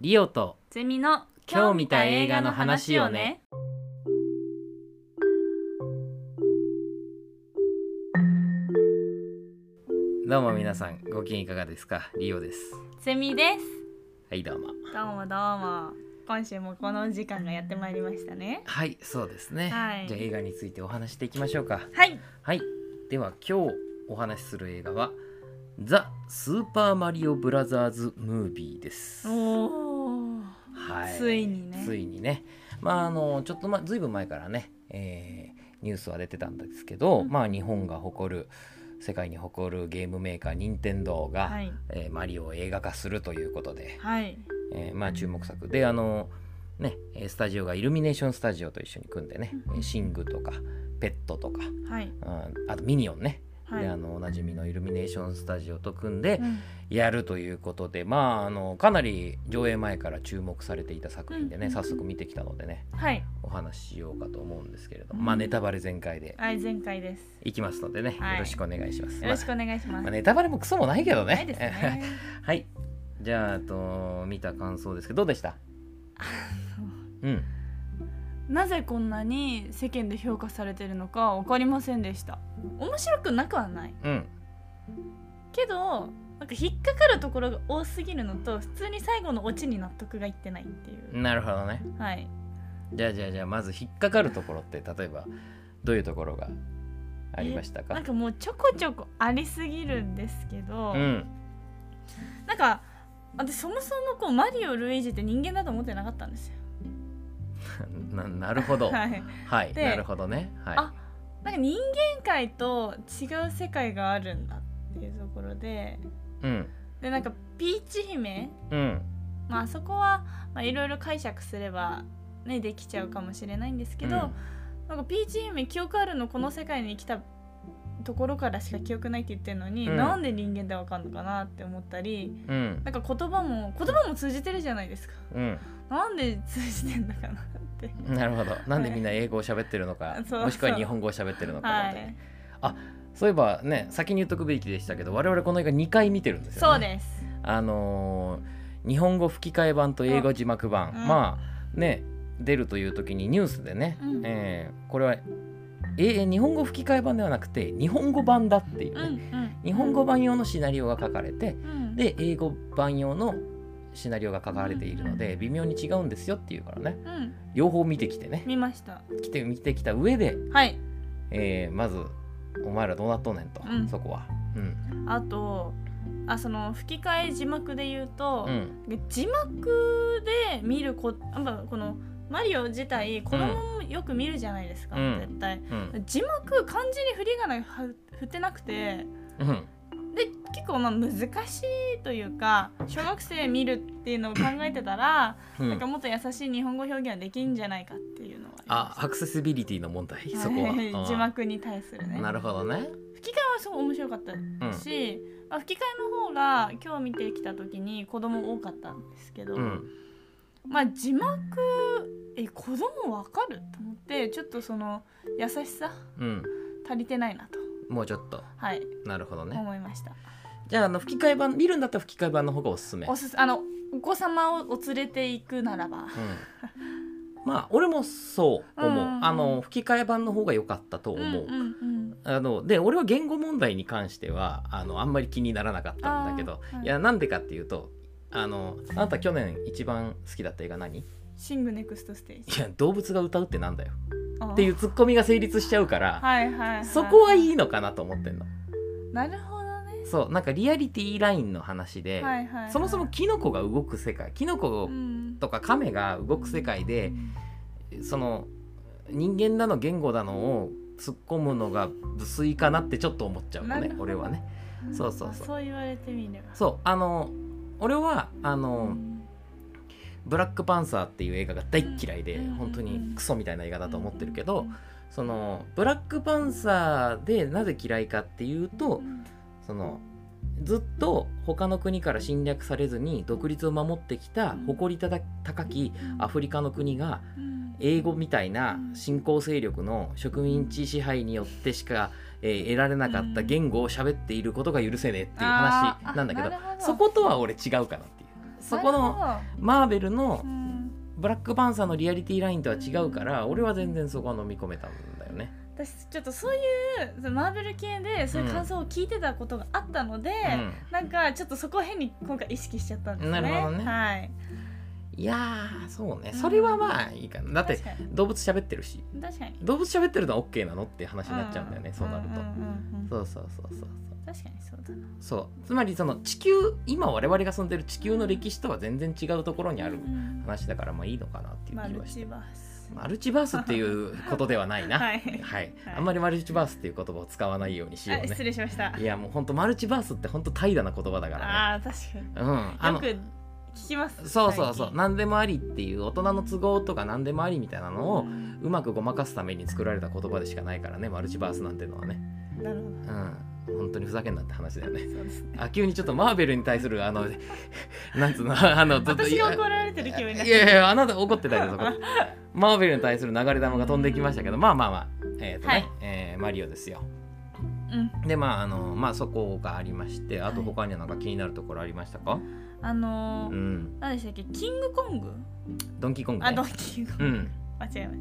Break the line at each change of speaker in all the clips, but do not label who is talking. リオと
ゼミの
今日見た映画の話をね。どうも皆さんご機嫌いかがですかリオです
ゼミです。
はいどうも
どうもどうも。今週もこのお時間がやってまいりましたね。
はいそうですね、
はい
じゃあ映画についてお話していきましょうか
はい。
はいでは今日お話しする映画はザ・スーパーマリオブラザーズ・ムービーです
おお。
はい、
ついにね
ついにねまああのちょっとまずいぶん前からね、えーニュースは出てたんですけど、
うん
まあ日本が誇る世界に誇るゲームメーカー任天堂が、
はい
えーマリオを映画化するということで、
はい。
えーまあ注目作であのねえースタジオがイルミネーションスタジオと一緒に組んでね、
うん
えーシングとかペットとか、
はい。
うんあとミニオンね、
はい。
であのおなじみのイルミネーションスタジオと組んで、
うん
やるということでまああのかなり上映前から注目されていた作品でね、
うん
早速見てきたのでね
はい。
お話ししようかと思うんですけれども、
うん
まあネタバレ全開で
はい、前回です。
いきますのでね、
はい
よろしくお願いします。
よろしく
ま
お願いしま
あ
す。
まあネタバレもクソもないけどね。
ないですね。
はいじゃああと見た感想ですけどどうでしたうん
なぜこんなに世間で評価されてるのか分かりませんでした
面白くなくはない。
うん
けど。なんか引っかかるところが多すぎるのと普通に最後のオチに納得がいってないっていう、
なるほどね。
はい
じゃあじゃあじゃあまず引っかかるところって例えばどういうところがありました
な
か
んかもうちょこちょこありすぎるんですけど、
うん
なんか私そもそもこうマリオ・ルイージって人間だと思ってなかった んですよ。
ななるほど。
は、
はいい、
で
なるほどね。はい、
あなんか人間界と違う世界があるんだっていうところで
うん
でなんかピーチ姫、
うん
まああそこはまあいろいろ解釈すれば、ね、できちゃうかもしれないんですけど、
うん
なんかピーチ姫記憶あるのこの世界に来たところからしか記憶ないって言ってるのに、
うん
なんで人間でわかんのかなって思ったり
うん
なんか言葉も言葉も通じてるじゃないですか。
うん、
なんで通じてんのかなって。
なるほどなんでみんな英語を喋ってるのか、
そうそう
もしくは日本語を喋ってるのか
は
なと、
い、
そういえばね先に言っとくべきでしたけど我々この映画2回見てるんですよね
そうです。
あのー日本語吹き替え版と英語字幕版、
うん
まあね出るという時にニュースでね、
うん
えーこれは、えー日本語吹き替え版ではなくて日本語版だっていう
う
ね、
んうん。
日本語版用のシナリオが書かれて
うん。
で英語版用のシナリオが書かれているので微妙に違うんですよっていうからね
うん、
両方見てきてね
見ました。
来て見てきた上で、
はい。
えーまずお前らどうなっとんねんと、
うん
そこは。うん
あと、あその吹き替え字幕で言うと、
うん
字幕で見るこ、あまあこのマリオ自体子供もよく見るじゃないですか、
うん
絶対。
うん
字幕漢字に振り仮名がは振ってなくて
うん
で結構まあ難しいというか小学生見るっていうのを考えてたら
うん
なんかもっと優しい日本語表現はできんじゃないかっていうのは
あ
り
アクセシビリティの問題
ました
そ こは。
い
うん
字幕に対するね
なるほどね。
吹き替えはすごい面白かった
うん
し、まあ、吹き替えの方が今日見てきた時に子供多かったんですけど、
うん
まあ字幕え子供わかると思ってちょっとその優しさ
うん
足りてないなと、
もうちょっと
はい
なるほどね。
思いました
じゃああの吹き替え版見るんだったら吹き替え版の方がおすすめ。
おすすあのお子様をお連れて行くならば
うんまあ俺もそう思う、
うん
あの吹き替え版の方が良かったと思う。
んうんうん
あので俺は言語問題に関してはあのあんまり気にならなかったんだけど、
あーはい
い、やなんでかっていうとあのあなた去年一番好きだった映画何い
シングネクストステージ
や動物が歌うってなんだよ
っ
っていうツッコミが成立しちゃうから
はいはい、はい、
そこはいいのかなと思ってんの。
なるほどね
そうなんかリアリティラインの話で、
はいはいはい
そもそもキノコが動く世界キノコ
うん
とかカメが動く世界で、その人間だの言語だのを突っ込むのが無粋かなってちょっと思っちゃうの
なる
ね
ほど
俺はね。そうそうそう
あそう言われてみれば
そうあの俺はあの、ブラックパンサーっていう映画が大っ嫌いで、
うん
本当にクソみたいな映画だと思ってるけど、そのブラックパンサーでなぜ嫌いかっていうと、
うん
そのずっと他の国から侵略されずに独立を守ってきた誇り高きアフリカの国が
うん
英語みたいな新興勢力の植民地支配によってしか、えー得られなかった言語を喋っていることが許せねえっていう話なんだけど
あーあなるほど
そことは俺違うかなっていう。そこの
なる
マーベルの
ほどうん
ブラックパンサーのリアリティラインとは違うから俺は全然そこは飲み込めたんだよね。
私ちょっとそういうそのマーベル系でそういう感想を聞いてたことがあったので、なんかちょっとそこ変に今回意識しちゃったんですね。
なるほどね
はい。
うん、いやーそうねそれはまあいいかなだって
確かに
動物喋ってるし
確かに。
動物喋ってるのは OK なのって話になっちゃうんだよね、
ん
そうなると。
んうんうん
そうそうそうそうそう
確かにそうだな。
そうつまりその地球今我々が住んでる地球の歴史とは全然違うところにある
うん
話だからまあいいのかなっていう
マ
気
ル
はし
チ
て
バース。
マルチバースっていうことではない な
はい
はい
はい
あんまりマルチバースっていう言葉を使わないようにしよ
あ
うね
失礼しました。
いやもうほんとマルチバースってほんと怠惰な言葉だからね
ああー確かに。
うんあの
よく聞きます。
そうそうそ
最
う
近
何でもありっていう大人の都合とか何でもありみたいなのをうまくごまかすために作られた言葉でしかないからねマルチバースなんてのはね
なるほ
う
ど。
ん本当にふざけんなって話だよね
そうですね。
あ急にちょっとマーベルに対するあの なんつうのあのちょっと
私が怒られてる気分になっ
い
て。
やいやあなた怒ってたよそこマーベルに対する流れ弾が飛んできましたけどまあまあまあえっ、とね、
はい
えーマリオですよ
うん。
でまああのまあそこがありましてあと他にはなんか気になるところありましたか、
あの
う
ー。
ん
何でしたっけキングコング
ドンキーコング、ね、
あドンキングコ
う
ング
ん
間違えまし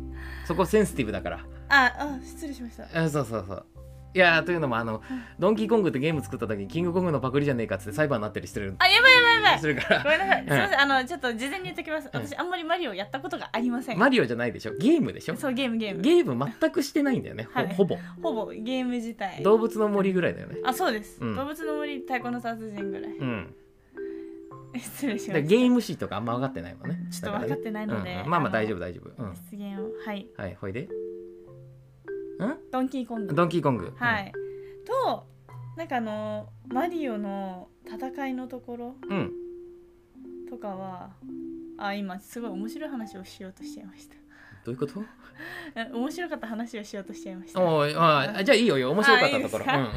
そこセンシティブだから
たああ失礼しました
あそうそうそういやーというのもあのドンキーコングってゲーム作った時にキングコングのパクリじゃねえかっつって裁判になったりしてる
あやばいやばいやばい
するから
ごめんなさい。す
ん
みません。あのちょっと事前に言ってきます。
うん
私あんまりマリオやったことがありません。
マリオじゃないでしょゲームでしょ
そうゲームゲーム。
ゲーム全くしてないんだよね、ほ
はい
ほぼ
ほぼゲーム自体。
動物の森ぐらいだよね
あそうです。
うん
動物の森太鼓の殺人ぐらい。
うん
失礼し
だ
ま
から
した。
ゲーム史とかあんま分かってないもんね
ちょっと分かってないの
だ
で。
らねうんまあまあ大丈
夫。
夫大丈夫うん
出現をはい。
はいほいでん
ドンキーコング。
ドンキーコング
はい。となんかあのマリオの戦いのところ
うん
とかは。あ今すごい面白い話をしようとしちゃいました
どういうこと
え面白かった話をしようとしちゃいました
おーあーじゃあいいよいいよ面白かったところ
あ
う
い
ん
い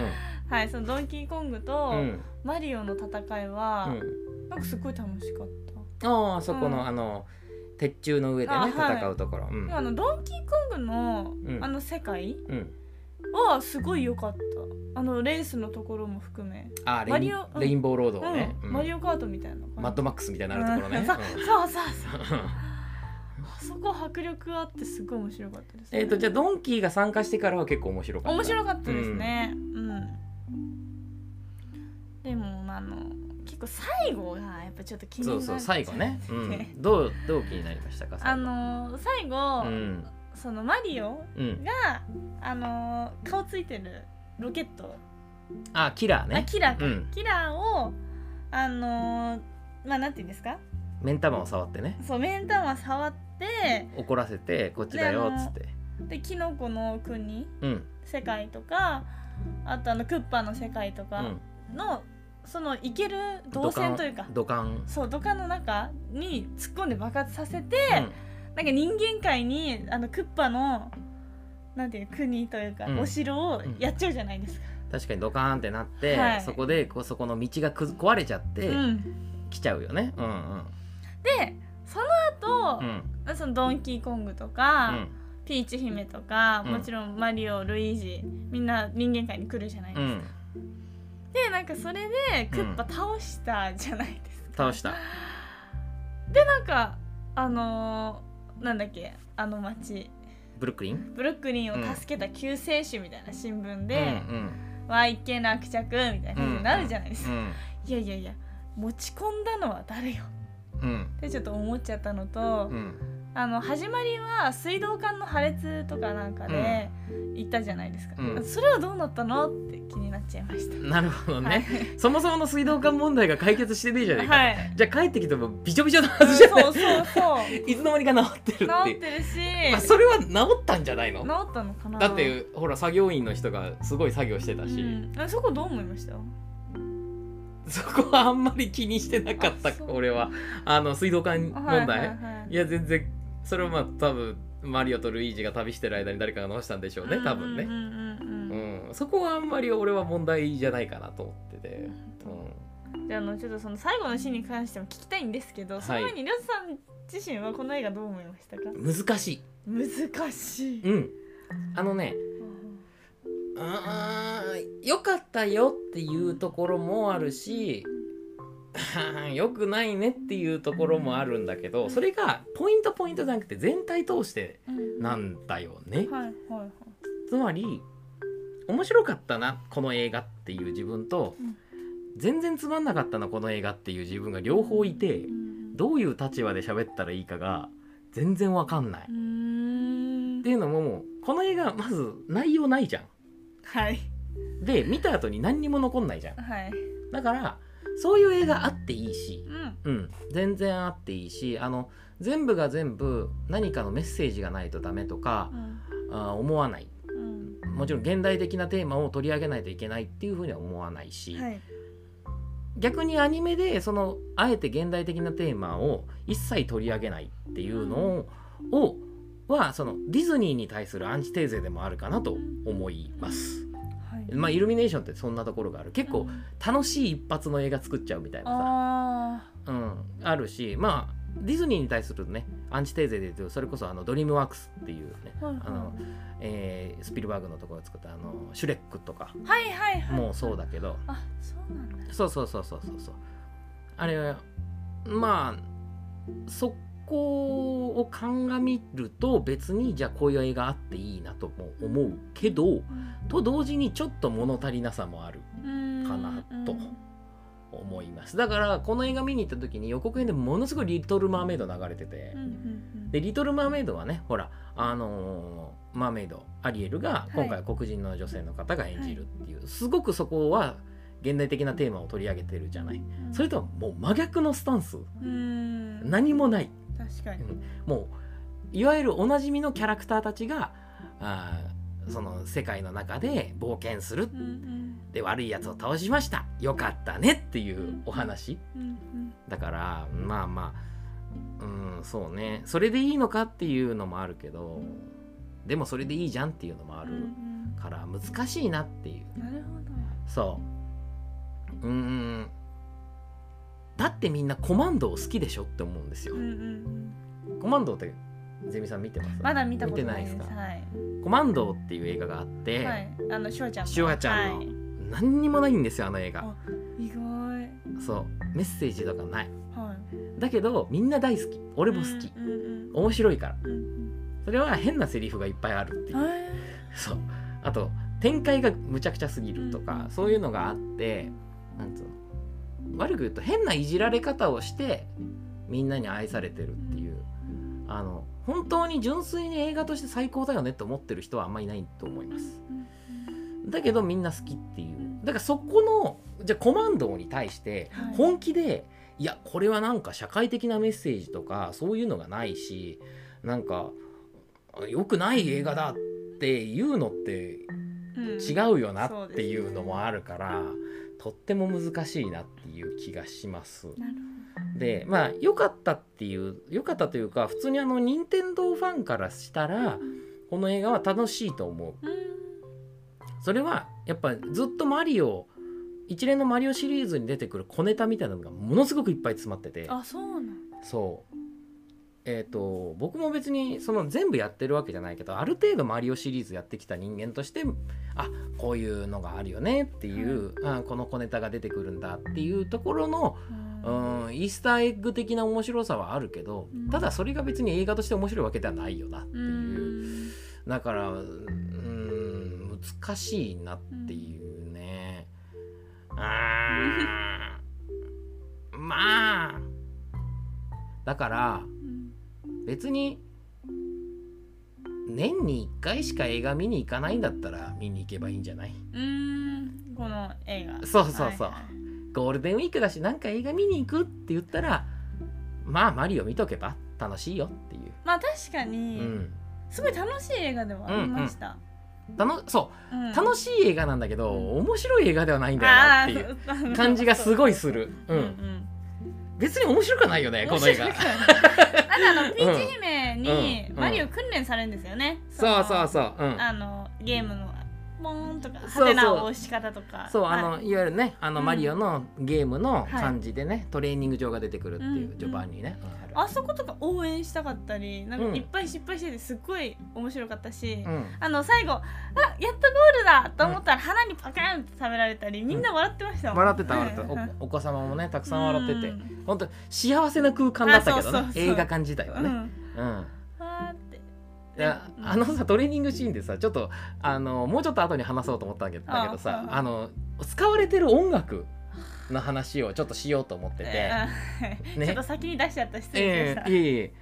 はいそのドンキーコングと、
うんうん
マリオの戦いは、
うん
なんかすごい楽しかった。
ああそこ
う
の
ん
あの鉄柱の上で
あは
ね
い
戦うところうん
でもあのドンキーコングの、
うん
あの世界
うん
はすごい良かった。あのレースのところも含め、
あーレ
マ
イ
リ
ン
オうん
レインボーロードをね
う、
うんん
マリオカートみたいな感じ。
マッドマックスみたいになるところね
うんそう
うん
そうそうそう。あそこ迫力あってすごい面白かったです、
えっとじゃあドンキーが参加してからは結構面白かった
面白かったですね。うん。でもまああの結構最後がやっぱちょっと気にな
そ
る。
うそう最後 ね、うん、どうどう気になりましたか
あ
最後
の最後、
うん
そのマリオ
うん
があの顔ついてるロケット、
あキラー
あ
ね
キラーか、
うん
キラーをあのーまあなんて言うんですか
目ん玉を触ってね
そう目ん玉触って
怒らせてこっちだよ
であ
っ
の
つって
でキノコの国
うん
世界とかあとあのクッパの世界と
う
か
ん
の、その行ける動線というか
ドカン
そう土管の中に突っ込んで爆発させ
ド
て、
カン
なんか人間界にあのクッパのなんていう国というか、
うん
お城をやっちゃうじゃないですか。
うん確かにドカンってなって、
はい
そこでこうそこの道がくず壊れちゃって、
うん
来ちゃうよねうんうん
でその後
う、ん
そのドンキーコングと
う
か、
ん
ピーチ姫とか
うん
もちろんマリオルイージみんな人間界に来るじゃないで
う
すか、
ん
でなんかそれでクッパ倒したじゃないですか、
倒した
なんかあのーなんだっけあの町
ブルックリン
ブルックリンを助けた救世主みたいな新聞で
うんうん
「わいけ落着」みたいな感じになるじゃないですか、いやいやいや持ち込んだのは誰よ
うん
ってちょっと思っちゃったのと、
うんうん
あの始まりは水道管の破裂とかなんかで行ったじゃないですか、
うん
それはどうなったのって気になっちゃいました
なるほどね、
はい
そもそもの水道管問題が解決してねえじゃねえか、
はい
じゃあ帰ってきてもびちょびちょのは
うん
ずじゃない、
そうそ うそう
いつの間にか治ってるって
治
い
っ
う
てるし
まあ、それは治ったんじゃないの
治ったのかな
だってほら作業員の人がすごい作業してたし、
うんあそこどう思いました
そこはあんまり気にしてなかった
あそう
俺はあの水道管問題、
はい
い
はいはい
や全然それはまあ多分マリオとルイージが旅してる間に誰かが直したんでしょうね多分ね、
う
うんん
うんうんうん
そこはあんまり俺は問題じゃないかなと思ってて、
じゃああのちょっとその最後のシーンに関しても聞きたいんですけど、
はい
その前にりょうさん自身はこの映画どう思いましたか
うん、難し
難しい
い、うん、あのねあー良かったよっていうところもあるし よくないねっていうところもあるんだけどそれがポイントポイントじゃなくて全体通して
うん
な
は
いんだよね。
はいはい
つまり面白かったなこの映画っていう自分と、
うん
全然つまんなかったなこの映画っていう自分が両方いて
うん
どういう立場で喋ったらいいかが全然わかんない。
う
っ
ーん
ていうのももうこの映画まず内容ないじゃん。
はい
で見た後に何にも残んないじゃん。
はい
だからそういう映画あっていいし
う、ん
うん、全然あっていいしあの全部が全部何かのメッセージがないとダメとか
う、ん
あー思わない
うん
もちろん現代的なテーマを取り上げないといけないっていうふうには思わないし、
はい
逆にアニメでそのあえて現代的なテーマを一切取り上げないっていうのを,、はそのディズニーに対するアンチテーゼでもあるかなと思います。
はい
まあ、イルミネーションってそんなところがある結
う
構
ん
楽しい一発の映画作っちゃうみたいなさ。
あ
うん、あるしまあディズニーに対するねアンチテーゼで言うとそれこそあのドリームワークスっていうね、
ーはい
あのえースピルバーグのところを作ったあのシュレックとか
はいはいはいはい
もうそうだけど
あそうなんだ
そうそうそうそうそうそうあれはまあそこを鑑みると別にじゃあこういう映画あっていいなとも思うけどと同時にちょっと物足りなさもある
うん
かなと
うん
思いますだからこの映画見に行った時に予告編でものすごい「リトル・マーメイド」流れてて。
うんうん
で「リトル・マーメイド」はねほらあのーマーメイドアリエルが今回黒人の女性の方が演じるっていう、すごくそこは現代的なテーマを取り上げてるじゃない
うん
それとはもう真逆のスタンス
うん
何もない
確かに
もういわゆるおなじみのキャラクターたちがあーその世界の中で冒険する
うんうん
で悪いやつを倒しましたよかったねっていうお話
うん
だからまあまあうんそうねそれでいいのかっていうのもあるけどでもそれでいいじゃんっていうのもあ
うんうん
るから難しいなっていう
うんなるほど
そううんだってみんなコマンドを好きでしょって思うんですよ
うんうん
コマンドってゼミさん見てます
まだ見たことない
見てないですす
で
か
はい
コマンドっていう映画があって、
はいあのしおちゃんの
シュワちゃんの、
はい
何にもないんですよあの映画
あ意外
そうメッセージとかない
はい
だけどみんな大好き俺も好き、
うんうん
面白いから
うんうん
それは変なセリフがいっぱいあるっていうう、
ん
そうあと展開がむちゃくちゃすぎるとか、
うん
そういうのがあってなんつうの悪く言うと変ないじられ方をしてみんなに愛されてるっていうあの本当に純粋に映画として最高だよねって思ってる人はあんまりいないと思いますだけどみんな好きっていうだからそこのじゃあコマンドに対して
はい
本気でいやこれはなんか社会的なメッセージとかそういうのがないしなんか良くない映画だっていうのって
うん
違うよなっていうのもあるから、とっても難しいなっていう気がします。
なる
でまあ良かったっていう良かったというか普通にあの任天堂ファンからしたらこの映画は楽しいと思う。
ほど
それはやっぱずっとマリオ一連のマリオシリーズに出てくる小ネタみたいなのがものすごくいっぱい詰まってて
うんあそうなんだ
そうえっ、と僕も別にその全部やってるわけじゃないけどある程度マリオシリーズやってきた人間としてあこういうのがあるよねっていう、あこの小ネタが出てくるんだっていうところのうんイースターエッグ的な面白さはあるけど
うん
ただそれが別に映画として面白いわけではないよなって
う
いう。
ん
だからうーん難しいなっていうね、あーまあだから
うん
別に年に1回しか映画見に行かないんだったら見に行けばいいんじゃないう
ーんこの映画
そうそうそう
はいはい
ゴールデンウィークだしなんか映画見に行くって言ったらまあマリオ見とけば楽しいよっていう、
まあ確か
う
に、
ん、
すごい楽しい映画ではありました、
たのそう楽
し
しい映画なんだけど面白い映画ではない
い
んだよなっていう
いう
感じがす
い、
ごいする。う
うんうん
ん。別に面白くはないよね、この映画
面。白くないあとあのピーチ姫に
うん
マリオ訓練されるんですよね、
そうそう
う
そう。うん。
あのゲームのポーンとか
そう
ハテナを押し方とか
そう、
はい
あのいわゆるねあの、
うん
マリオのゲームの
い
感じでね、トレーニング場が出てくるってい
うんう
うん序盤にね、うんある
あそことか応援したかったりなん
うん
かいっぱい失敗しててすっごい面白かったし、
うん
あの最後あやっとゴールだと思ったら花にパカンって食べられたりみんな笑ってましたもん、
笑ってた笑って
うん
たおお子様もねたくさん笑ってて、
うん
本当幸せな空間だったけどね
あそうそうそう
映画館自体は
う
ね、
ん
うん
わーって
いや
うん
あのさトレーニングシーンでさちょっとあのもうちょっと後に話そうと思ったんだけど
あ
だけどさ
うん
あの使われてる音楽の話をちょっとしようと思ってて、
えー
ね
ちょっと先に出しちゃった失礼し
え
ま
え
し
いえいえ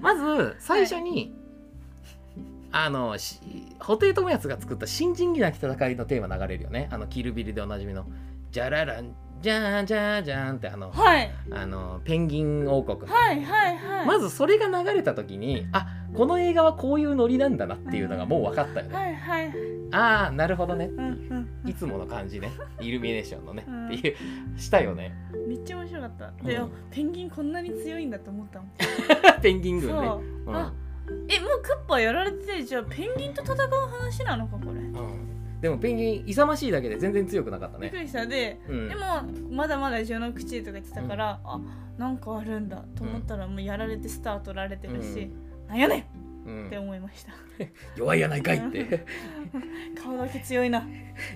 まず最初に、あのし布袋寅泰が作った「新人気なき戦い」のテーマ流れるよねあのキルビルでおなじみの「じゃららんじゃーんじゃーんじゃーん」ってあの
たはい
あのペンギン王国、
はいはいはい
まずそれが流れた時にあこの映画はこういうノリなんだなっていうのがもう分かったよね、
はいはいはい
ああなるほどねって
う
いう
んうん
いつもの感じねイルミネーションのね
うん
っていうしたよ ね
うんめっちゃ面白かった
ん
で、あペンギンこんなに強いんだと思ったもん
ペンギン軍ね
そう
うん
あえもうクッパやられててじゃあペンギンと戦う話なのかこれ、
うんでもペンギン勇ましいだけで全然強くなかった
びっく
ね
りしたで
うん
でもまだまだ序の口とか言ってたから、あなんかあるんだと思ったらもうやられてスター取られてるし、なんやねん
うん
って思いました
弱いやないかいって
顔だけ強いな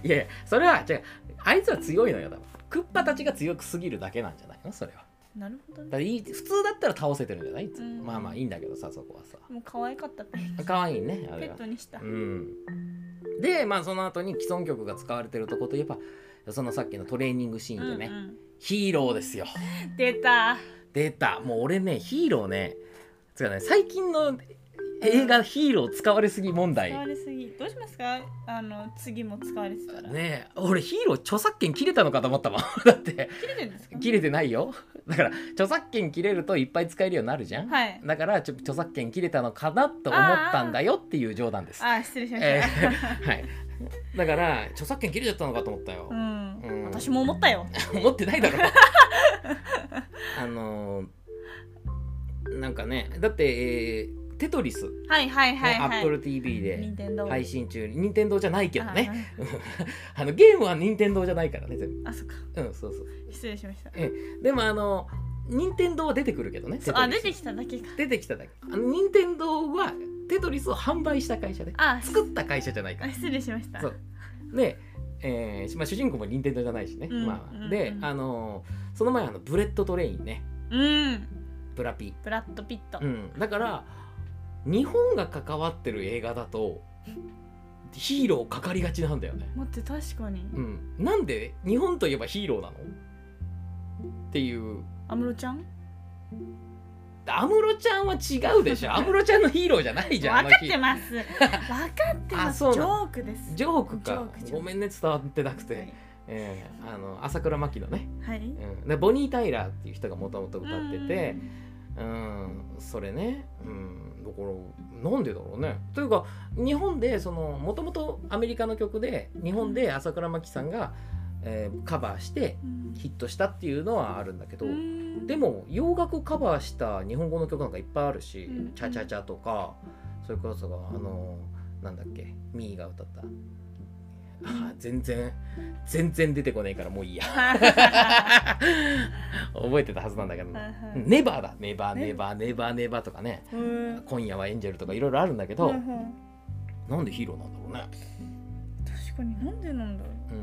い
やいやそれは違うあいつは強いのよ多分クッパたちが強くすぎるだけなんじゃないのそれは
なるほど
だ
ね
からいい普通だったら倒せてるんじゃないいつも
うん
まあまあいいんだけどさそこはさ
もう可愛かったペンギン
可愛いねあ
ペ
れは
ットにした、
うん、でまあその後に既存曲が使われてるとこといえばそのさっきのトレーニングシーンでね、
うん
ヒーローですよ
うん出た
出たもう俺ねヒーローねつうかね最近の映画ヒーロー使われすぎ問題
使われすぎどうしますかあの次も使われてたら、
ねえ俺ヒーロー著作権切れたのかと思ったもん だって
切れてるんですか
切れてないよだから著作権切れるといっぱい使えるようになるじゃん、
はい
だからちょ著作権切れたのかなと思ったんだよっていう冗談です
あ失礼しました、
えーはいだから著作権切れちゃったのかと思ったよ、
うん、
うん
私も思ったよ
思ってないだろあのーなんかねだって、えーテトリス、ね
はいはいはいはい
AppleTV で
任天堂
配信中に任天堂じゃないけどね
あ
あのゲームは任天堂じゃないからね全
あそっか
部うんそうそう
失礼しました
でもあの任天堂は出てくるけどね
そうあ出て
き
きただけか
出てきただけあの任天堂はテトリスを販売した会社で
あす
作った会社じゃないか
あ
ら
失礼しました
そうで、えーまあ、主人公も任天堂じゃないしね、
うん
ま
うんう
あ、
ん
で、あのーその前あのブレッドトレインね
うん
ブラピ
ブラッド・ピット、
うん、だから日本が関わってる映画だとヒーローかかりがちなんだよね、
待って確かに
うん、なんで日本といえばヒーローなのっていう
安室ちゃん
安室ちゃんは違うで しょ安室ちゃんのヒーローじゃないじゃんあ
分
の
かっ
日
てます分かってま
あ
すジ
そ
ョ
うなの
ークです
ジョークか
ジョーク
ごめんね伝わってなくて、えーあの朝倉真希のね、
はい、はい
うん、でボニー・タイラーっていう人がもともと歌っててうん、それね、うん、だからなんでだろうね。というか日本でそのもともとアメリカの曲で日本で朝倉真紀さんが、えーカバーして
うん
ヒットしたっていうのはあるんだけど、
うん
でも洋楽カバーした日本語の曲なんかいっぱいあるし
うん
「チャチャチャ」とかそれこそがあのーなんだっけミーが歌った。あー全然全然出てこないからもういい や覚えてたはずなんだけど
はいはい
ネバーだネバー
ね
ネバーネバーネバーとかね
うん
今夜はエンジェルとかいろいろあるんだけど、
はいはい
なんでヒーローなんだろ
確かになんでなんだろ
うね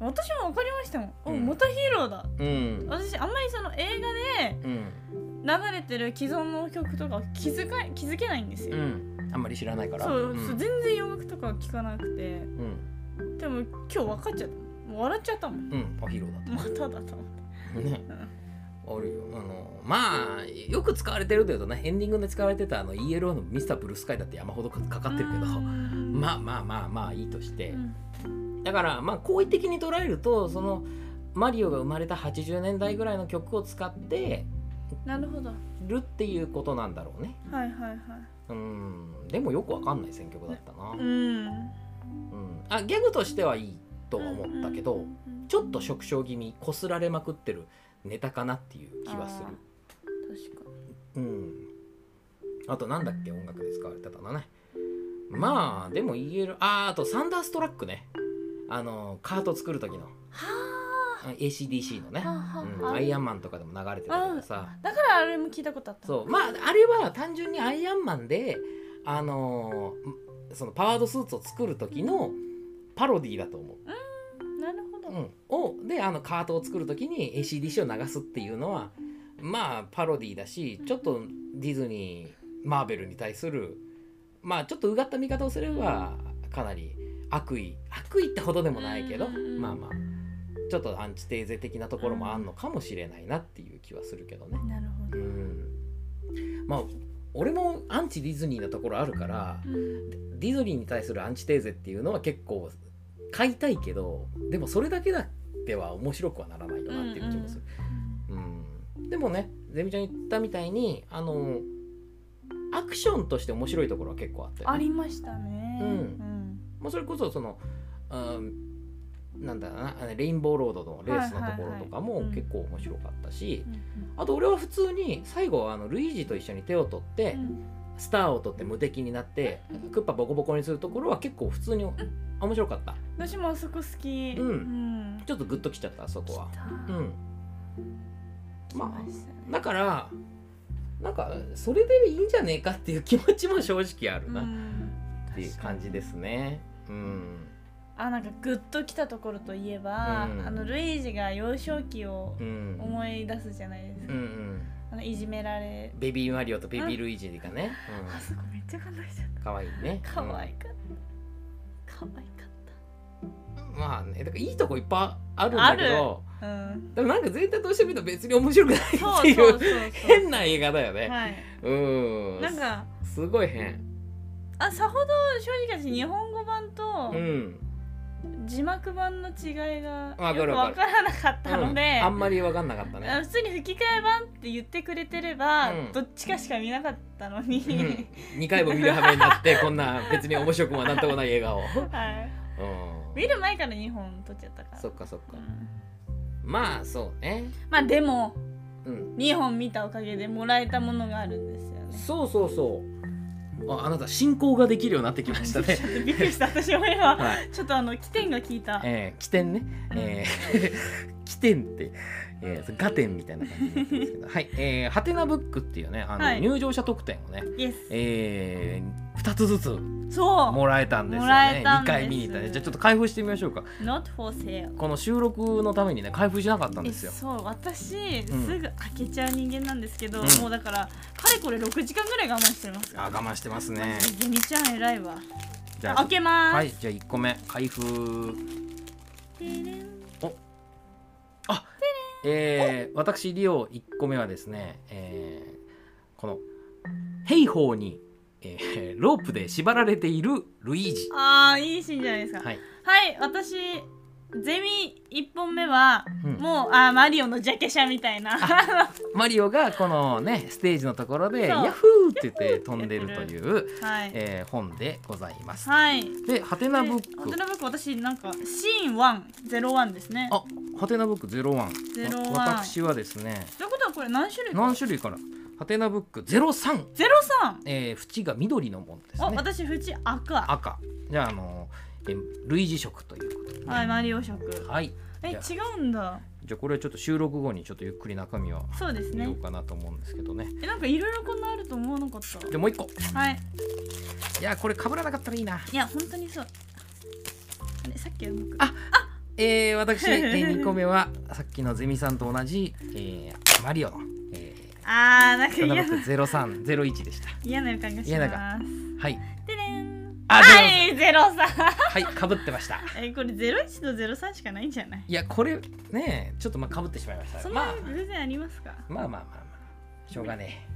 う私も分かりましたもん、お
うん
またヒーローだ
うんうん
私あんまりその映
うん
画で流れてる既存の曲とか気づか気づけないんですよ、
うんあんまり知らないから
そう,、
ん
そう全然洋楽とか聞かなくて
うん
でも今日分かっちゃったもう笑っちゃったもん
うんあヒーローだ
まただと思って
とねあるよあのまあよく使われてるけどねエンディングで使われてたあの ELO のミスターブルースカイだって山ほどかかってるけど
うん
まあまあまあまあいいとして、
うん
だからまあ好意的に捉えるとそのマリオが生まれた80年代ぐらいの曲を使って
なるほどは
るっていうことなんだろうね
いはいはい
うんでもよくわかんない選曲だったな、
うん
うん、あギャグとしてはいいとは思ったけど、
うんうんうん
ちょっと縮小気味こすられまくってるネタかなっていう気はする
確か
うんあとなんだっけ音楽で使われてたのねまあでも言えるあーあとサンダーストラックねあのカート作る時の
は
あ ACDC のね、
あは
う
あ
ん、アイアンマンとかでも流れてたけどさ
だからあれも聞いたことあった
そうまああれは単純にアイアンマンであのーそのパワードスーツを作る時のパロディーだと思う、
なるほど、
うん、をであのカートを作る時に ACDC を流すっていうのはまあパロディーだしちょっとディズニーマーベルに対するまあちょっとうがった見方をすればかなり悪意悪意ってほどでもないけど
うんうんうん
まあまあちょっとアンチテーゼ的なところもあんのかもしれないなっていう気はするけどね。
なるほ
う
ど、
ん、まあ俺もアンチディズニーなところあるから
うん
ディズニーに対するアンチテーゼっていうのは結構買いたいけどでもそれだけだでは面白くはならないよなっていう気もする、うんでもねゼミちゃん言ったみたいにあのアクションとして面白いところは結構あったよ
あ
ね
りましたね、
うんもうそれこそその、うん、なんだろうなあのレインボーロードのレースのところとか
はい
も
はいはいうん
結構面白かったし、
うん
あと俺は普通に最後はあのルイージと一緒に手を取って、
うん
スターを取って無敵になってクッパボコボコにするところは結構普通に面白かった
私もあそこ好き
うん
ん
ちょっとグッときちゃったあそこは
来た
うん
来
ま
ま
あ
したね
だからなんかそれでいいんじゃねえかっていう気持ちも正直あるなっていう感じですねうん
あなんかグッときたところといえば、
うん
あのルイージが幼少期を
うん
思い出すじゃないです
う
か、
んうん
あのいじめられ
ベビーマリオとベビールイージがね
あそこめっちゃ考えちゃっ
可愛いね
た可愛かった可愛かっ
うんまあねだからいいとこいっぱいあるんだけど
たうん
でもなんか全体として見ると別に面白くないっ
そ
て
うそう
い
そう
う
そう
変な映画だよね
はい
うん
なんか
すごい変
あさほど正直私日本語版と
うん
字幕版の違いが
わかる
よく
わかる
わからなかったので、
あんまり分かんなかった
あ
ね
普通に吹き替え版って言ってくれてれば、
うん
どっちかしか見なかったのに、
うん、2回も見る羽目になってこんな別に面白くもなんともない映画を、
はい、
うん、
見る前から2本撮っちゃったから
そっかそっか
うん
まあそうね
まあでも
うん
2本見たおかげでもらえたものがあるんですよね
そうそうそうああなた進行ができるようになってきましたね
ち ょっとびっくりした私も今、
はい
ちょっとあの起点が効いた、
えー、起点ね、えー 起点って、えー、合点みたいな感じになってますけどはいえーハテナブックっていうねあの、
はい
入場者特典をね、
イエス
え2つずつ
そ
もらえたんですよ
もら
ね
えたん
2
です
回見に行ったねじゃあちょっと開封してみましょうか
う Not for sale
この収録のためにね開封しなかったんですよ
えそう私、
うん
すぐ開けちゃう人間なんですけど、
うん
もうだからかれこれ6時間ぐらい我慢してます
あ我慢してますね
ゼミちゃん偉いわ
じゃ
開けま
あ
ーす、
はいじゃあ1個目開封
てれん
えー、私リオ1個目はですね、えー、この兵法に、えー、ロープで縛られているルイージ
あーいいシーンじゃないですかは、
はいい、
私ゼミ1本目は
うん、
もうあーマリオのジャケ写みたいな
マリオがこのねステージのところで「
そう
ヤッフー!」って言って飛んでるという、
はい
えー、本でございます。
はい
で「ハテナ
ハ
ブ
テ
ック」
ナブック私なんかシーン101ですね
あハテナブック01
01
私はですね
ということはこれ何種類か
何種類からハテナブック03
03、
えー、縁が緑のものです
あ
ね。
私縁赤
赤。じゃあ、あのーえー類似色ということで、ね。
はいマリオ色
はい。
え違うんだ
じゃあ、これはちょっと収録後にちょっとゆっくり中身は
そうです
見よ
ね
うかなと思うんですけどね。
えなんかいろいろこんなあると思わなかった
で、もう一個。
はい
いや、これ被らなかったらいいな。
いや本当にそうあれさっきはうまく
あえー、私、 えー、2個目は、さっきのゼミさんと同じ、えー、マリオの、え
あーなんか
ー、ハテナブ
嫌
ック
な
03、01でした。
嫌な予感がし
嫌な
ます
はい。
でれん
あ、
はいゼロ三
03。はい、被ってました。
えこれゼロ一とゼロ三しかないんじゃない
いや、これ、ね、ちょっとまあ被ってしまいました。
そん
まあ
な、偶然ありますか、
まあまあまあまあ、しょうがね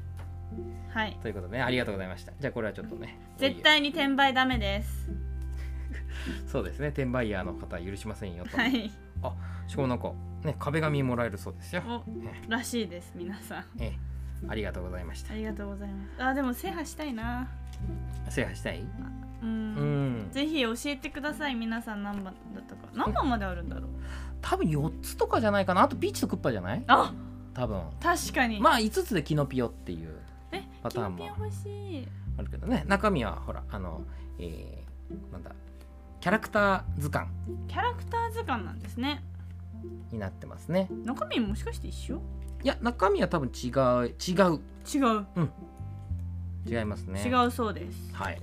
え。
はい
ということでね、ありがとうございました。じゃあこれはちょっとね。
絶対に転売ダメです
そうですね、転売ヤーの方は許しませんよと。
はい
しかもなんか、ね、壁紙もらえるそうですよ。
おらしいです皆さん
ええ、ありがとうございまし
ありがとうございますあでも制覇したいな
た。制覇したいう
う、
んん。
ぜひ教えてください皆さん何番だったか何番まであるんだろう
多分4つとかじゃないかな。あとピーチとクッパじゃない
あ
多分。
確かに、
まあ5つでキノピオっていう
え
パターンも
キノピオ欲しい
うんあるけどね中身はほらあの、えーなんだキャラクター図鑑
キャラクター図鑑なんですね
になってますね
中身もしかして一緒
いや中身は多分違う違う
違う、
違いますね
違うそうです
はい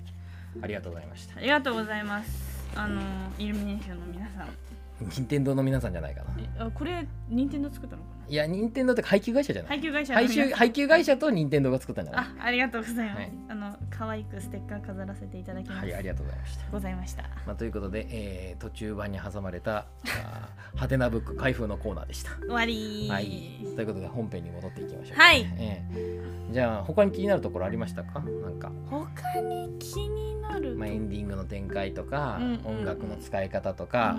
ありがとうございました
ありがとうございますあのイルミネーションの皆さん
任天堂の皆さんじゃないかな
えあこれ任天堂作ったのかない
や任天堂って配給会社じゃない
配給会社の
配
皆さん
給配給会社と任天堂が作ったんじゃない
あありがとうございます、
はい
あの可愛くステッカー飾らせていただきます、
はいありがとうございました
ございました
まあ、ということで、えー途中版に挟まれたあーハテナブック開封のコーナーでした。
終わりー
はい、ということで本編に戻っていきましょう、
はい
ええじゃあ他に気になるところありましたかなんか、
他に気になると
まあ、エンディングの展開とか、
うんうんうん
音楽の使い方と
うん
か、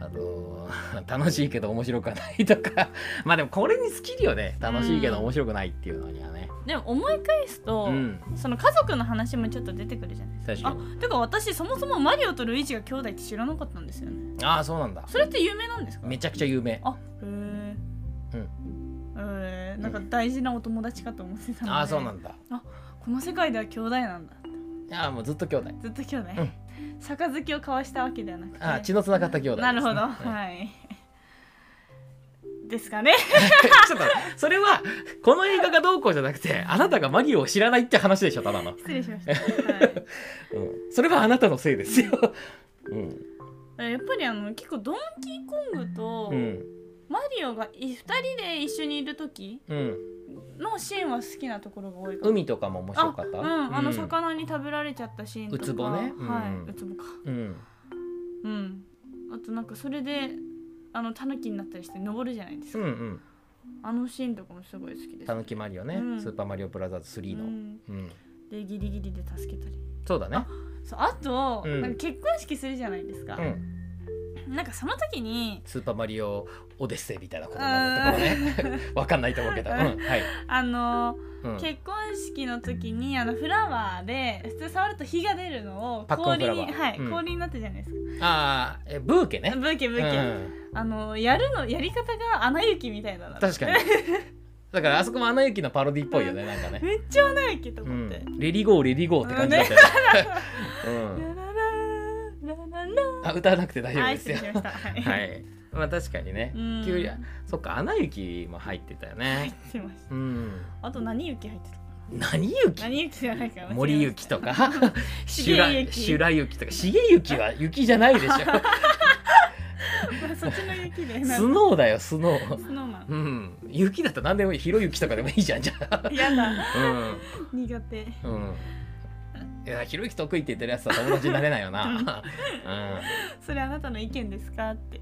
あと 楽しいけど面白くはないとか まあでもこれに尽きるよね楽しいけど面白くないっていうのにはね。
うんでも思い返すと、
うん、
その家族の話もちょっと出てくるじゃないですか
確かに
てか私そもそもマリオとルイージが兄弟って知らなかったんですよね
ああそうなんだ
それって有名なんですか
めちゃくちゃ有名。
あへえ
うん
えー、なんか大事なお友達かと思ってたので
ああそうなんだ。
この世界では兄弟なんだ
いやーもうずっと兄弟。
ずっと兄弟、
うん
杯を交わしたわけではなくて
あー血のつながった兄弟ですね、
なるほど、
うん
はいですかね
ちょっと待ってそれはこの映画がどうこうじゃなくてあなたがマリオを知らないって話でしょただの、
失礼しました、はい
うん、それはあなたのせいですよ、うん
やっぱりあの結構ドンキーコングと
うん
マリオがい2人で一緒にいる時
うん、
のシーンは好きなところが多いかも
海とかも面白かった
あ,、うん、あの
うん
魚に食べられちゃったシーンとか
ウツボねうん
はい、ウツボか
うん
うんあとなんかそれであのタヌキになったりして登るじゃないです
う
か、
んうん
あのシーンとかもすごい好きです
たぬきマリオね、
うん
スーパーマリオブラザーズ3
う
の、うん
んでギリギリで助けたり
そうだね
そうあと、
うん
なんか結婚式するじゃないですか
う、ん
なんかその時に
スーパーマリオオデッセイみたいなことなのところ ねわかんないと思うけど、うん、はい、
あの
うん、
結婚式の時にあのフラワーで普通触ると火が出るのを
パックンフ
氷
ラワー
に、はい
うん
氷になってるじゃないです
ああえブーケ
か、
ね
ブーケブーケ、
うん
あのやるのやり方が穴雪みたいなの
確か にだからあそこもアナ雪のパロディっぽいよねなんかね
めっちゃ穴雪と
う
思って、
ん、レディーゴーレディーゴーって感じだったよね。うん、
ララララララ
あ歌わなくて大丈夫
はい
です
失礼
よ。
しましたは い、
はい。まあ確かにね。
うん
キュウリそっか穴雪も入ってたよ
入っ
ね。
てました
うん。
あと何雪入ってたか
何雪？
何雪じゃないかな
森雪とか、
茂
修
雪
羅修羅雪とか、茂雪は雪じゃないでしょ。
まあそっちの雪でな
ス
んか
ノーだよスノー。
スノーマン
うん。雪だったら何でもいい。広雪とかでもいいじゃんじゃあ。
やだ
うん。
苦手
うん。いやひろゆき得意って言ってるやつは友達になれないよな。うん。
それあなたの意見です かって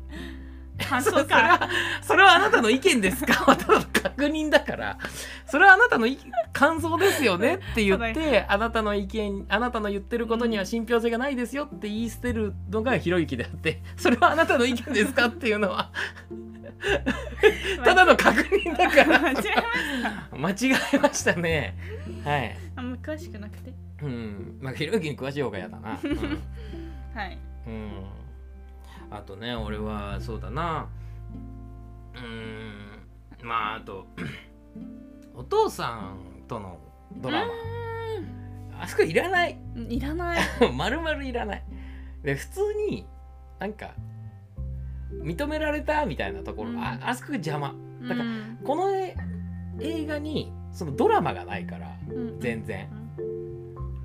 感
そ
想
うそれ
か
はそれはあなたの意見です かあなたの確認だからそれはあなたのい感想ですよねって言っ
そ
てあなたの意見あなたの言ってることには信憑性がないですよって言い捨てるのがひろゆきであってそれはあなたの意見ですかっていうの はただの確認だか
間違
ら
えまし
間違えましたねはい
たあんま詳しくなくて
うんまあひろゆきに詳しい方が嫌だな、うん
はい
うん、あとね俺はそうだなうーんまああと お父さんとのドラマあそこいらない
うんいらない
丸々いらないで普通になんか認められたみたいなところ、
うん
ああそこが邪魔だから
うん
この絵映画にそのドラマがないから
うん
全然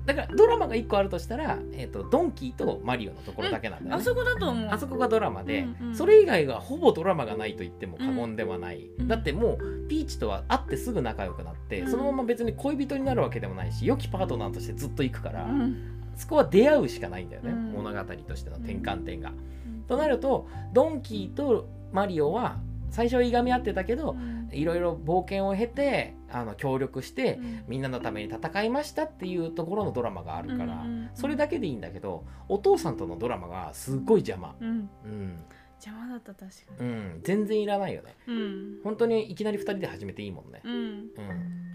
だからドラマが1個あるとしたら、えー、とドンキーとマリオのところだけなんだよね、
あそこだと思う
あそこがドラマで、
うんうん
それ以外がほぼドラマがないと言っても過言ではない、
うん
だってもうピーチとは会ってすぐ仲良くなって、
うん
そのまま別に恋人になるわけでもないし良きパートナーとしてずっと行くから、
うん
そこは出会うしかないんだよね、
うん
物語としての転換点が。となるとドンキーとマリオは最初はいがみ合ってたけ
う
ど
ん
いろいろ冒険を経てあの協力して、
うん
みんなのために戦いましたっていうところのドラマがあるから、
うんうんうん
それだけでいいんだけどお父さんとのドラマがすっごい邪魔。
うん
うん
邪魔だった確か
うん、全然いらないよね。
にうん
本当にいきなり2人で始めていいもんね。
うん
うん、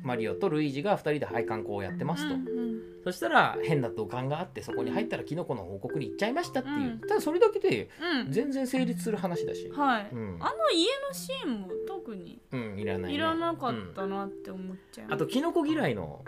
マリオとルイージが2人で配管工をやってますと、
うんうん
そしたら変な土管があってそこに入ったらキノコの王国に行っちゃいましたっていう、
うん
ただそれだけで
うん
全然成立する話だし、
はい
うん
あの家のシーンも特に
うん、いらない、ね、
いらなかっ
うん
たなって思っちゃう
あとキノコ嫌いの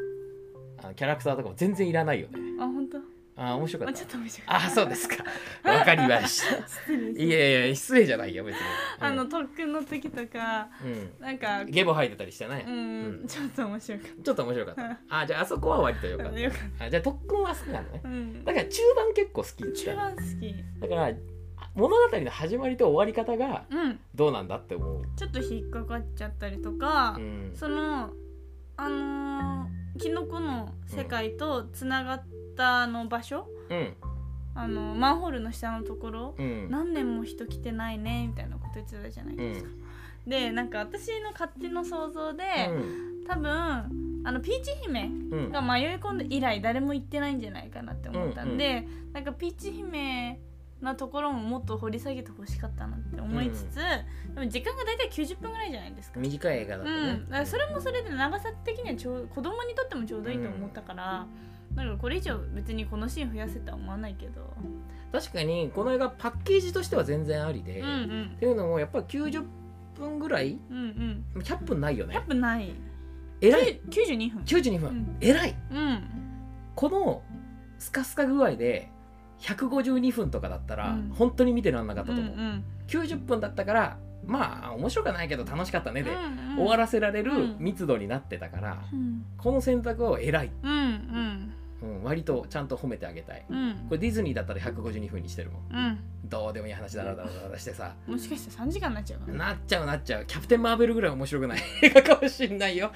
あのキャラクターとかも全然いらないよね
あ本当
あー面白か
あ
っ
ちょったと面白い
あーそうです かわかりました
失礼し
いやいや失礼じゃないよ別に、うん
あの特訓の時とか
うん
なんか
ゲボ吐いてたりしてね、
うん、
うん
ちょっと面白かっ
ちょっと面白かったあじゃああそこは割と良
た
かっ
よかった
あじゃあ特訓は好きなのね
た、うん
だ、から中盤結構好きだった
中盤好き
だから物語の始まりと終わり方が
うん
どうなんだって思う、
ちょっと引っかかっちゃったりとか、
うん、
そのあのーキノコの世界とつながったあの場所、
うん
あのマンホールの下のところ、
うん
何年も人来てないねみたいなこと言ってたじゃないですか、でなんか私の勝手の想像で、
うん
多分あのピーチ姫
うん
が迷い込んで以来誰も行ってないんじゃないかなって思ったんで、なんかピーチ姫のところももっと掘り下げてほしかったなって思いつつ、でも時間が大体90分ぐらいじゃないですか。
短い映画だっ
う
たね、
ん、だからそれもそれで長さ的にはちょう子供にとってもちょうどいいと思ったから、だからこれ以上別にこのシーン増やせとは思わないけど、
確かにこの映画パッケージとしては全然ありで、
うん
っ
うん
ていうのもやっぱり90分ぐらい
うんうん
100分ないよね
100分ない
えらい
92分
92分、
うん
えらい
うん
このスカスカ具合で152分とかだったら
うん
本当に見てらんなかった
うん
と
う
思う、
ん
90分だったからまあ面白くないけど楽しかったねで、
うんうん
終わらせられ
う
る
ん
密度になってたから、
うん
この選択は偉い、
うんうん
うん、割とちゃんと褒めてあげたい
うん
これディズニーだったら152分にしてるもん
うん
どうでもいい話だらだらだらしてさ
もしかしたら3時間になっちゃうかな
なっちゃうなっちゃうキャプテン・マーベルぐらい面白くない 映画かもしんないよ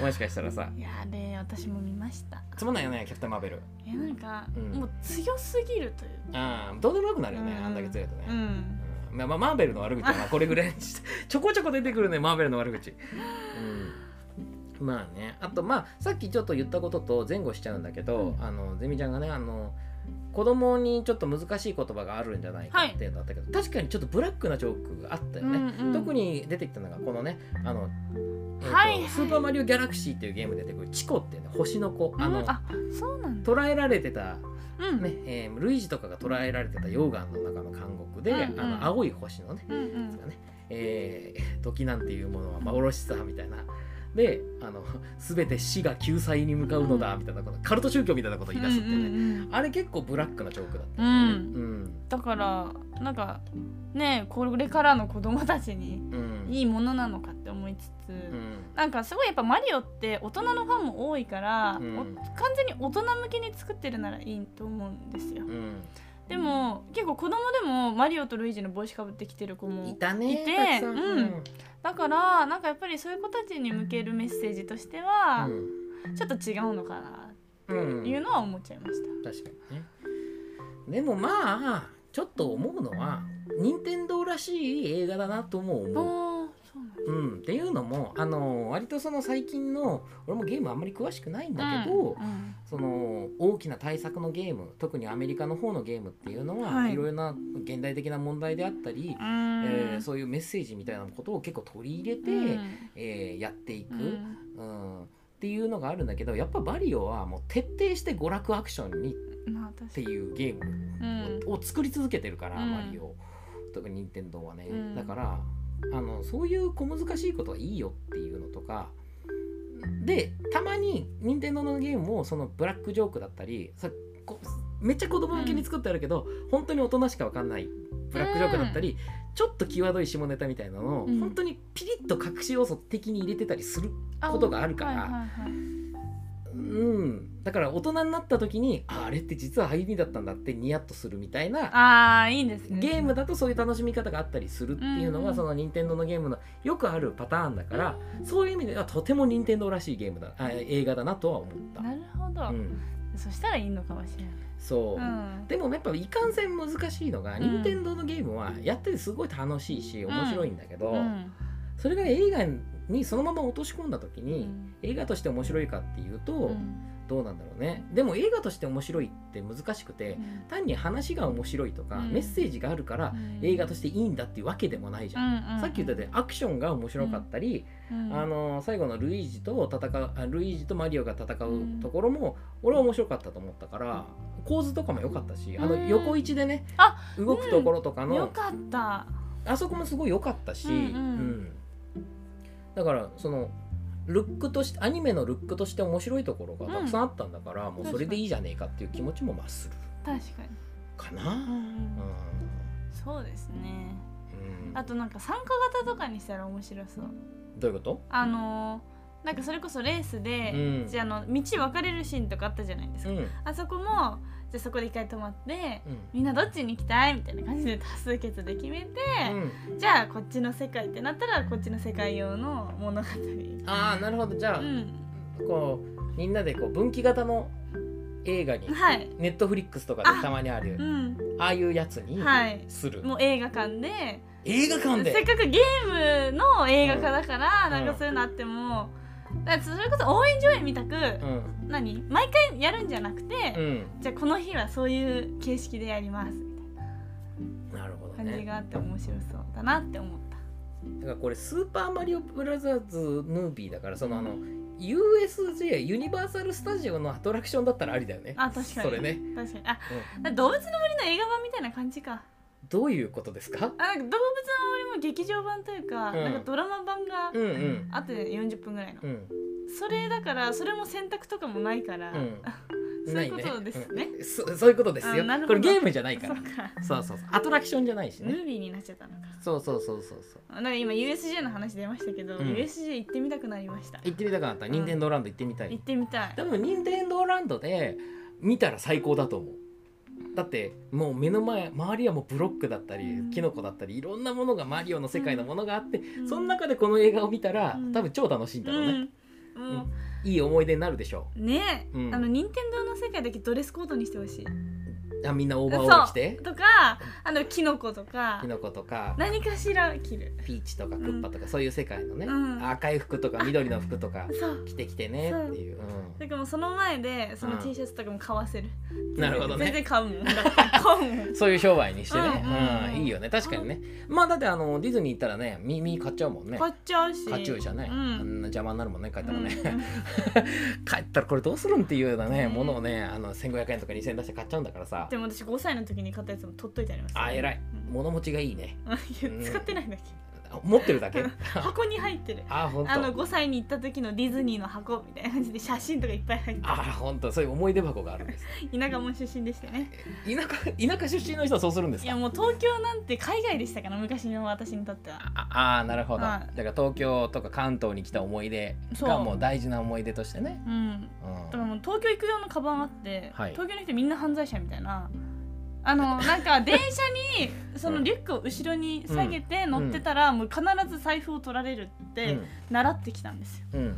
もしかしたらさ
いやあれ私も見ました
つまんないよねキャプテン・マーベル
いやなんか、
うん
もう強すぎるという
ああどうでもよくなるよね、
うん
あんだけ強いとね、
うん
うんまあまあ、マーベルの悪口はまあこれぐらいにして ちょこちょこ出てくるねマーベルの悪口、うん、まあねあとまあさっきちょっと言ったことと前後しちゃうんだけど、
うん
あのゼミちゃんがねあの子供にちょっと難しい言葉があるんじゃないか
はい
っていうのだったけど、確かにちょっとブラックなジョークがあったよね、
うんうん
特に出てきたのがこのねあの、えーと
はいはい
スーパーマリオ・ギャラクシー」っていうゲームで出てくるチコっていうね星の子あの、
うんあそうなんだ
捕らえられてた
うん
ねえールイージとかが捕らえられてた溶岩の中の監獄で、
うんうん
あの青い星のね、
うんう
です
ん
かねえー 時なんていうものは幻さみたいな。であの全て死が救済に向かうのだみたいなことカルト宗教みたいなこと言い出すってね、
うん
あれ結構ブラックなジョークだった
う
よ
ん、う
ね、
ん
うん
だからなんかねこれからの子供たちに
うん
いいものなのかって思いつつ、
うん
なんかすごいやっぱマリオって大人のファンも多いから、
うん
お完全に大人向けに作ってるならいいと思うんですよ
うん
でも結構子供でもマリオとルイージの帽子かぶってきてる子
い
も
たね
いて
たくさん
うんだからなんかやっぱりそういう子たちに向けるメッセージとしては、ちょっと違うのかな
うん
っていうのは思っちゃいました。
確かにねでもまあちょっと思うのは任天堂らしい映画だなとも思う
ああそうなんだ
うん、っていうのも、あの割とその最近の俺もゲームあんまり詳しくないんだけど、
うん
その大きな対策のゲーム特にアメリカの方のゲームっていうのは、
はい
い、ろいろな現代的な問題であったり、
うん
えーそういうメッセージみたいなことを結構取り入れて、
うん
えーやっていく、
うん
うんっていうのがあるんだけどやっぱバリオはもう徹底して娯楽アクションにっ
まあ確
て
かに
いうゲーム
うん
を作り続けてるから、
うん
マリオ特に任天堂はね、
うん
だからあのそういう小難しいことはいいよっていうのとかでたまに任天堂のゲームもそのブラックジョークだったりそこめっちゃ子供向けに作ってあるけど、本当に大人しかわかんないブラックジョークだったり、ちょっと際どい下ネタみたいなのを、
うん
本当にピリッと隠し要素的に入れてたりする、ことがあるから
はいはいはい
うん、だから大人になった時にああれって実はああいう意味だったんだってニヤッとするみたいな
ああいいですね。
ゲームだとそういう楽しみ方があったりするっていうの
うんう
が
ん
その任天堂のゲームのよくあるパターンだからそういう意味ではとても任天堂らしいゲームだあ映画だなとは思った
なるほど、
うん、
そしたらいいのかもしれない。
そう、
うん
でもやっぱいかんせん難しいのが
うん
任天堂のゲームはやっててすごい楽しいし面白いんだけど、
うん
それが映画にそのまま落とし込んだ時
う
に、
ん
映画として面白いかっていうと、
うん
どうなんだろうねでも映画として面白いって難しくて、単に話が面白いとか、
うん
メッセージがあるから
うん
映画としていいんだっていうわけでもないじゃん、
うんうん
さっき言ったでアクションが面白かったり、
うん
あの最後のルイージと戦うあルイージとマリオが戦
うん
うところも俺は面白かったと思ったから構図とかも良かったしあの
うん
横位置でね
あ
動くところとか
よ
の
かった。
あそこもすごい良かったし、
うんうん
うんだからそのルックとしてアニメのルックとして面白いところがたくさんあったんだから、も
確か
う
に
それでいいじゃねえかっていう気持ちもまっする
確かに、
かな。う
そうですね
んうん
あとなんか参加型とかにしたら面白そう
どういうこと
あのーなんかそれこそレースで、
うん
じゃああの道分かれるシーンとかあったじゃないです
う
か、
んうん
あそこもじゃあそこで一回止まってみんなどっちに行きたいみたいな感じで多数決で決めて、
うん
じゃあこっちの世界ってなったらこっちの世界用の物語
ああなるほどじゃあ、
うん
こうみんなでこう分岐型の映画に
はい
ネットフリックスとかで
あ
たまにある
うん
ああいうやつに
はい
する、
もう映画館で
映画館で
せっかくゲームの映画化だから、
ん
なんかそういうのあってもだからそれこそ応援上映みたく、
うん
何毎回やるんじゃなくて、
うん
じゃあこの日はそういう形式でやりますみ
なるほど
たいな感
ね
じがあって面白そうだなって思っ
だからこれ「スーパーマリオブラザーズヌービー」だからそのあの USJ ユニバーサル・スタジオのアトラクションだったらありだよね
たあ確かに
それね、
確かにあ
うん
だから動物の森の映画版みたいな感じか
どういうことですか
あなんか動物の森も劇場版というか、
うん
なんかドラマ版が
うんうん
あとで40分ぐらいの、
うん
それだからそれも選択とかもないから、
うん
そう
ないいうね
ことですね、
うんそそういうことですよ
あなる
こ
ほ
れ
ど
ゲームじゃないか
そ
ら
うか
そうそうそうアトラクションじゃないし
ム
ね
ービーになっちゃったのか
そうそうそうそうそう
なんか今 USJ の話出ましたけど、
うん
USJ 行ってみたくなりました
行ってみたくなった
ん
任天堂ランド行ってみたい、
行ってみたい
多分任天堂ランドで見たら最高だと思うだってもう目の前周りはもうブロックだったり、
うん
キノコだったりいろんなものがマリオの世界のものがあって、
うん
その中でこの映画を見たら、
うん
多分超楽しいんだろうね、
うんもう、
いい思い出になるでしょ
ねえ、
うん
あの任天堂の世界だけドレスコードにしてほしい。
うあみんなオーバーオール着て
そうとかあのキノコとか
キノコとか
何かしら着る。
ピーチとかクッパとか、そういう世界のね、
うん
赤い服とか緑の服とか
そう。
着てきてねっていう、うん
だからもうその前でその
うん
T シャツとかも買わせる。
なるほどね
全然買う もん。だって買うもん。
そういう商売にしてね、
うんうんうん
うんいいよね確かにね、まあだってあのディズニー行ったらね耳買っちゃうもんね
買っちゃうし。
カチューシャね、
う
あ
ん
んな邪魔になるもんね帰ったらね、
うん
帰ったらこれどうするんっていうようなね、
うん
ものをねあの1500円とか2000円出して買っちゃうんだからさ
でも私5歳の時に買ったやつも取っといてあります、
あ偉い
うん
物持ちがいいね
いや使ってないんだっ
あ持ってるだ
け
け
ど箱に入ってる
あ本当
あの5歳に行った時のディズニーの箱みたいな感じで写真とかいっぱい入って
あ本当そういう思い出箱があるんです
る田舎も出身でしたね
田舎田舎出身の人はそうするんです
いや
か
もう東京なんて海外でしたから昔の私にとっては
ああなるほど、
はい
だから東京とか関東に来た思い出
そう
がもう大事な思い出としてね、
うんだ
う
から
ん、
もう東京行く用のカバンあって、
はい
東京の人みんな犯罪者みたいなあ のなんか電車にそのリュックを後ろに下げて乗ってたら、もう必ず財布を取られるって習ってきたんですよ
うん、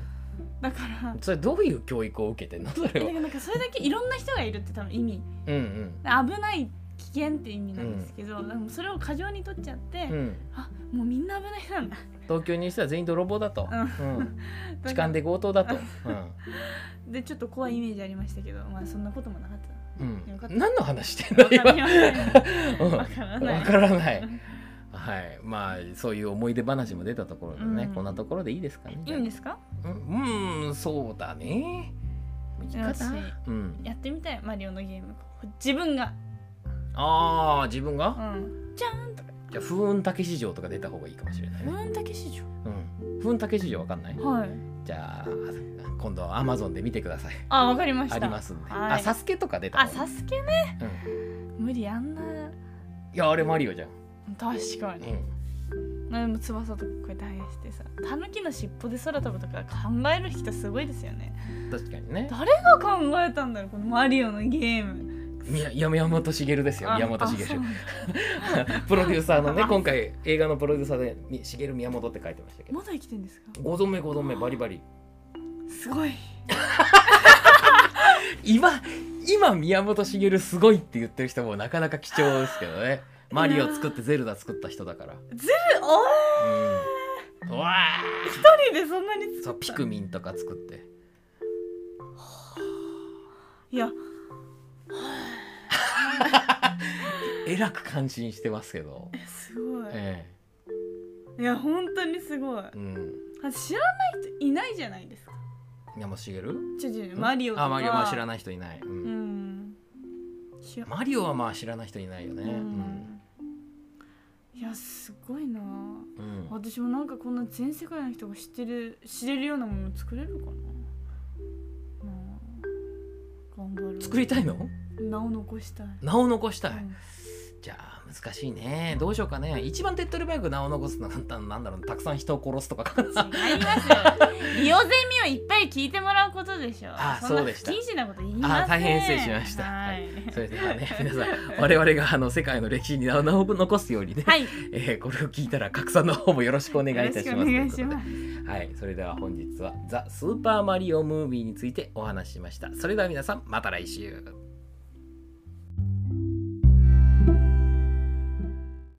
だから
うん、それどういう教育を受けてんの それ
え
は
だからなんかそれだけいろんな人がいるって多分意味
うんうん
危ない危険って意味なんですけど、でもそれを過剰に取っちゃって、
うん、
あもうみんな危ない人なんだ
東京にしては全員泥棒だと、う ん、痴漢で強盗だと、うん
でちょっと怖いイメージありましたけどまあそんなこともなかった
うん
よかった
何の話してんの今
わかりません
うん
わからない
わからないはいまあそういう思い出話も出たところでね、
うん
こんなところでいいですかね
いいんですか
うん、うん、そうだねいいか
よし
なうん
やってみたいマリオのゲーム自分が
あー自分
う
が
んじゃーんとか
じゃあ風雲竹市場とか出た方がいいかもしれないね、
なんだけ市場
うん、風雲竹市場わかんない
はい
じゃあ今度アマゾンで見てください
あわかりました
ありますんで、
はい
あサスケとか出た
あ
方が
サ
いい
スケね
うん
無理あんない
やあれマリオじゃん、
確か
う
に、
ん
でも翼とかこうやって生やしてさタヌキの尻尾で空飛ぶとか考える人すごいですよね
確かにね
誰が考えたんだろうこのマリオのゲーム
みや山本茂ですよ
あ
山本茂
あそうなんだ
プロデューサーのね
あ
今回映画のプロデューサーでみ茂宮本って書いてましたけど
まだ生きてんですか
5度目5度目バリバリ
すごい
今今宮本茂すごいって言ってる人もなかなか貴重ですけどねマリオ作ってゼルダ作った人だから
お
うんうわ
いでそんなに
ーそうピクミンとか作って
いや
えらく感心してますけど
えすごい
え
いや本当にすごい
えうん
あ知らない人いないじゃないですか
宮本茂
ちょちょマリオとか
あマリオまあ知らない人いない、うん
うんしよ
マリオはまあ知らない人いないよね、
う
うん
ん
いやすごいな
うん
私もなんかこんな全世界の人が知ってる知れるようなもの作れるかな、まあ、頑張る
作りたいの
名を残したい、
名を残したい、
うん
じゃあ難しいねどうしようかね一番手っ取り早く名を残すのはなんだろうたくさん人を殺すとか かな
違いますよイオゼミをいっぱい聞いてもらうことでしょ
あ
んな
そうでした
不謹慎なこと言いません
あ大変失礼しました
はい、
それではね 皆さん我々があの世界の歴史に名を残すようにね、
はい、
えーこれを聞いたら拡散の方もよろしく お願いいたします。
よろしくお願いし
ということではい、それでは本日は「ザ・スーパーマリオ・ムービー」についてお話ししました。それでは皆さんまた来週